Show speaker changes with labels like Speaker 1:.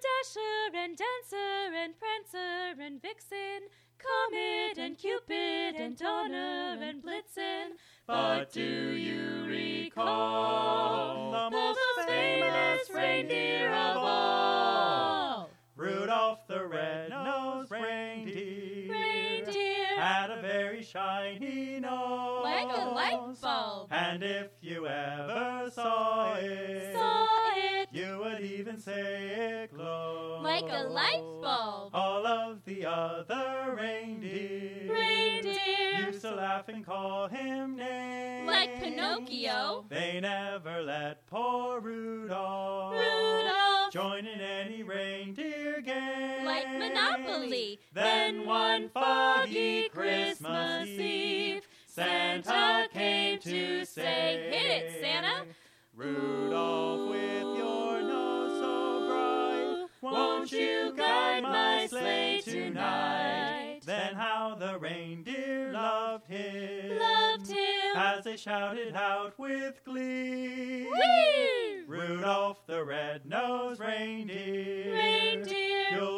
Speaker 1: Dasher and Dancer and Prancer and Vixen, Comet and Cupid and Donner and Blitzen.
Speaker 2: But do you recall the most famous reindeer of all?
Speaker 1: Oh,
Speaker 2: Rudolph the red-nosed reindeer,
Speaker 1: Reindeer,
Speaker 2: had a very shiny nose.
Speaker 3: Like a light bulb.
Speaker 2: And if you ever saw it,
Speaker 1: saw it
Speaker 2: you would even say it glowed.
Speaker 3: Like a light bulb.
Speaker 2: All of the other reindeer,
Speaker 1: Reindeer,
Speaker 2: used to laugh and call him names.
Speaker 3: Like Pinocchio.
Speaker 2: They never let poor Rudolph,
Speaker 1: Rudolph,
Speaker 2: join in any reindeer game.
Speaker 3: Like Monopoly.
Speaker 2: Then one foggy Christmas Eve, Santa came to say,
Speaker 3: Hit it, Santa.
Speaker 2: Rudolph, with your nose so bright, won't you guide my sleigh tonight? Then how the reindeer loved him,
Speaker 1: loved him.
Speaker 2: as they shouted out with glee.
Speaker 1: Whee!
Speaker 2: Rudolph the red-nosed reindeer,
Speaker 1: Reindeer,
Speaker 2: you'll